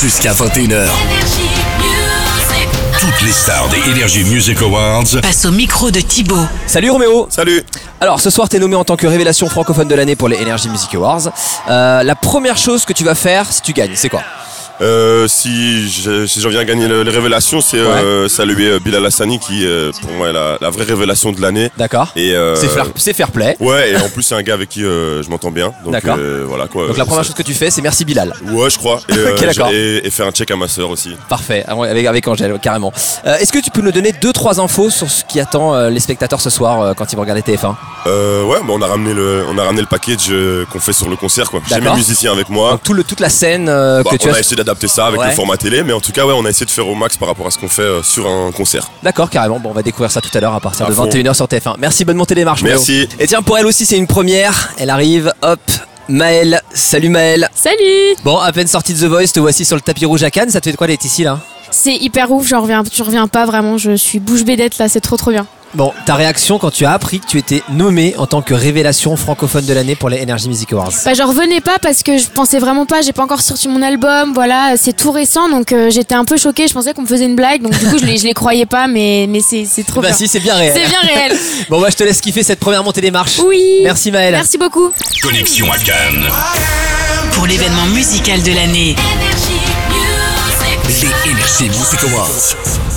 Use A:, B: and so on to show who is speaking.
A: jusqu'à 21h.
B: Toutes les stars des Energy Music Awards.
C: Passe au micro de Thibaut.
D: Salut Roméo
E: Salut
D: Alors ce soir t'es nommé en tant que révélation francophone de l'année pour les Energy Music Awards. Euh, la première chose que tu vas faire si tu gagnes, c'est quoi
E: Euh, si je, si je viens gagner le- les révélations, c'est euh, saluer euh, Bilal Hassani qui, euh, pour moi, est la, la vraie révélation de l'année.
D: D'accord
E: Et, euh,
D: C'est fair, c'est fair play.
E: Ouais, et en plus, c'est un gars avec qui euh, je m'entends bien. Donc,
D: D'accord.
E: euh, voilà quoi.
D: Donc la première chose que tu fais c'est merci Bilal.
E: Ouais, je crois. Et, euh,
D: Ok, d'accord.
E: j'ai- et faire un check à ma sœur aussi.
D: Parfait, Ah ouais, avec, avec Angèle, ouais, carrément. Euh, Est-ce que tu peux nous donner deux trois infos sur ce qui attend euh, les spectateurs ce soir euh, quand ils vont regarder TF1
E: Euh, ouais, bah, on a ramené le, on a ramené le package euh, qu'on fait sur le concert quoi. J'ai mes
D: D'accord.
E: musiciens avec moi.
D: Donc tout le, toute la scène euh,
E: Ah. Bah,
D: que tu
E: on
D: as.
E: a essayé d'adapter ça avec
D: Ouais.
E: le format télé, mais en tout cas, ouais, on a essayé de faire au max par rapport à ce qu'on fait euh, sur un concert.
D: D'accord, carrément. Bon, on va découvrir ça tout à l'heure à partir
E: À
D: de
E: fond.
D: 21h sur TF1. Merci, bonne montée des marches. Méo.
E: Merci.
D: Et tiens, pour elle aussi, c'est une première. Elle arrive, hop. Maëlle, salut Maëlle.
F: Salut
D: Bon, à peine sortie de The Voice, te voici sur le tapis rouge à Cannes. Ça te fait de quoi d'être ici là
F: C'est hyper ouf, j'en reviens, je reviens pas vraiment, je suis bouche bée d'être là, c'est trop trop bien.
D: Bon, ta réaction quand tu as appris que tu étais nommé en tant que révélation francophone de l'année pour les Energy Music Awards
F: Bah j'en revenais pas parce que je pensais vraiment pas, j'ai pas encore sorti mon album, voilà, c'est tout récent donc euh, j'étais un peu choquée, je pensais qu'on me faisait une blague donc du coup je les, je les croyais pas mais, mais c'est c'est trop
D: Bah
F: bien.
D: si, c'est bien réel.
F: C'est bien réel.
D: Bon, bah je te laisse kiffer cette première montée des marches.
F: Oui.
D: Merci Maëlle.
F: Merci beaucoup.
B: Connexion à Cannes.
C: Pour l'événement musical de l'année.
A: Les Energy Music Awards.